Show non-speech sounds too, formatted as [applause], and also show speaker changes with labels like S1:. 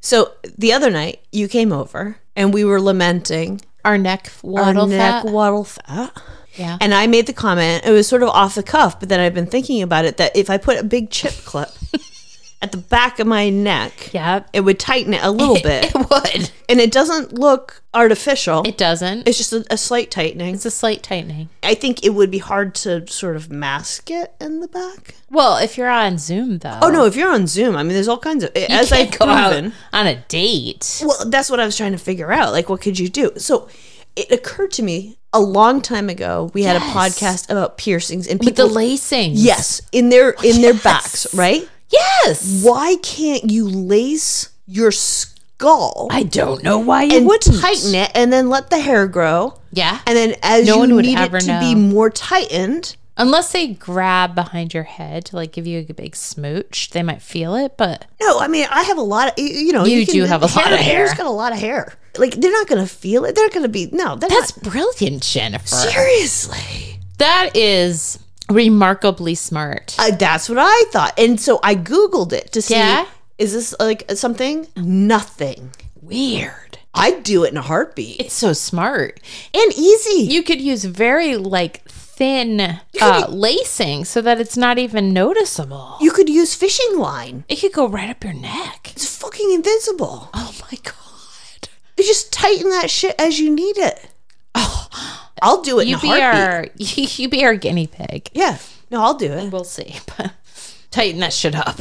S1: So the other night you came over and we were lamenting
S2: Our neck
S1: our
S2: waddle
S1: neck
S2: fat.
S1: waddle fat.
S2: yeah.
S1: And I made the comment, it was sort of off the cuff, but then I've been thinking about it that if I put a big chip
S2: [laughs]
S1: clip at the back of my neck,
S2: Yep.
S1: it would tighten it a
S2: [laughs]
S1: little bit.
S2: It would.
S1: and it doesn't look artificial.
S2: It doesn't.
S1: it's just a, a slight tightening.
S2: It's a slight tightening.
S1: I think it would be hard to sort of mask it in the back.
S2: Well, if you're on Zoom though.
S1: Oh no, if you're on Zoom, I mean, there's all kinds of as
S2: I
S1: I've
S2: go
S1: proven.
S2: out on a date.
S1: Well, that's what I was trying to figure out. Like, what could you do? So it occurred to me a long time ago. We had a
S2: Yes.
S1: podcast about piercings and
S2: With the
S1: people.
S2: lacing.
S1: yes, in their in their
S2: Yes.
S1: backs, right?
S2: Yes.
S1: Why can't you lace your skull
S2: I don't know why you
S1: and
S2: wouldn't.
S1: tighten it, and then let the hair grow?
S2: Yeah.
S1: And then as
S2: No
S1: you
S2: one would
S1: need
S2: ever
S1: it to be
S2: know.
S1: more tightened,
S2: Unless they grab behind your head to like give you a big smooch, they might feel it, but
S1: No, I mean I have a lot of you- you know
S2: You do have a lot of hair.
S1: Hair's got a lot of hair. Like they're not gonna feel it. They're gonna be no. They're
S2: that's brilliant, Jennifer.
S1: not, seriously.
S2: That is remarkably smart.
S1: Uh, that's what I thought, and so I googled it to see
S2: Yeah?
S1: is this like something? Nothing.
S2: Weird.
S1: I'd do it in a heartbeat
S2: It's so smart.
S1: and easy.
S2: You could use very like thin uh, lacing so that it's not even noticeable.
S1: you could use fishing line.
S2: It could go right up your neck.
S1: It's fucking invincible.
S2: Oh my god.
S1: You just tighten that shit as you need it. Oh, I'll do it
S2: You
S1: in a
S2: be
S1: heartbeat.
S2: our [laughs] you be our guinea pig.
S1: yeah, no, I'll do it.
S2: We'll see. Tighten that shit up.